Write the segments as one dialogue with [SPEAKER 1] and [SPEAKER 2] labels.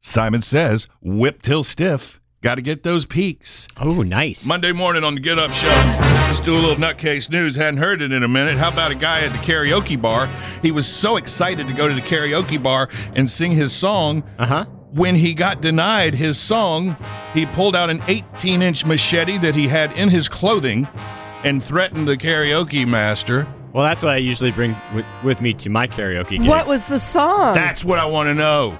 [SPEAKER 1] Simon says, whip till stiff. Got to get those peaks.
[SPEAKER 2] Oh, nice.
[SPEAKER 1] Monday morning on the Get Up Show. Let's do a little nutcase news. Hadn't heard it in a minute. How about a guy at the karaoke bar? He was so excited to go to the karaoke bar and sing his song.
[SPEAKER 2] Uh huh.
[SPEAKER 1] When he got denied his song, he pulled out an 18 inch machete that he had in his clothing and threatened the karaoke master.
[SPEAKER 2] Well, that's what I usually bring with, with me to my karaoke gigs.
[SPEAKER 3] What was the song?
[SPEAKER 1] That's what I want to know.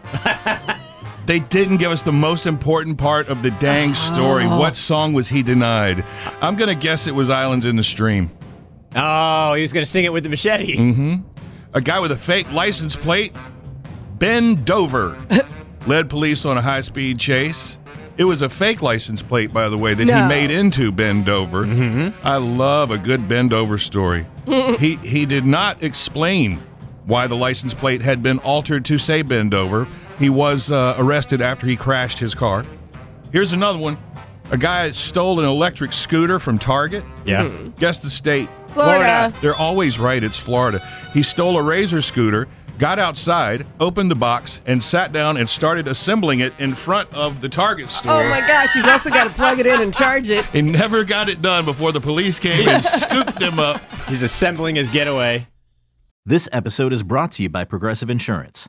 [SPEAKER 1] they didn't give us the most important part of the dang story. What song was he denied? I'm going to guess it was Islands in the Stream.
[SPEAKER 2] Oh, he was gonna sing it with the machete.
[SPEAKER 1] A guy with a fake license plate, Ben Dover, led police on a high speed chase. It was a fake license plate, by the way, that he
[SPEAKER 3] No.
[SPEAKER 1] made into Ben Dover. I love a good Ben Dover story. he he did not explain why the license plate had been altered to say Ben Dover. He was uh, arrested after he crashed his car. Here's another one. A guy stole an electric scooter from Target.
[SPEAKER 2] Yeah.
[SPEAKER 1] Guess the state.
[SPEAKER 3] Florida.
[SPEAKER 1] They're always right. It's Florida. He stole a Razor scooter, got outside, opened the box, and sat down and started assembling it in front of the Target store.
[SPEAKER 3] Oh my gosh, he's also got to plug it in and charge it.
[SPEAKER 1] He never got it done before the police came and scooped him up.
[SPEAKER 2] He's assembling his getaway.
[SPEAKER 4] This episode is brought to you by Progressive Insurance.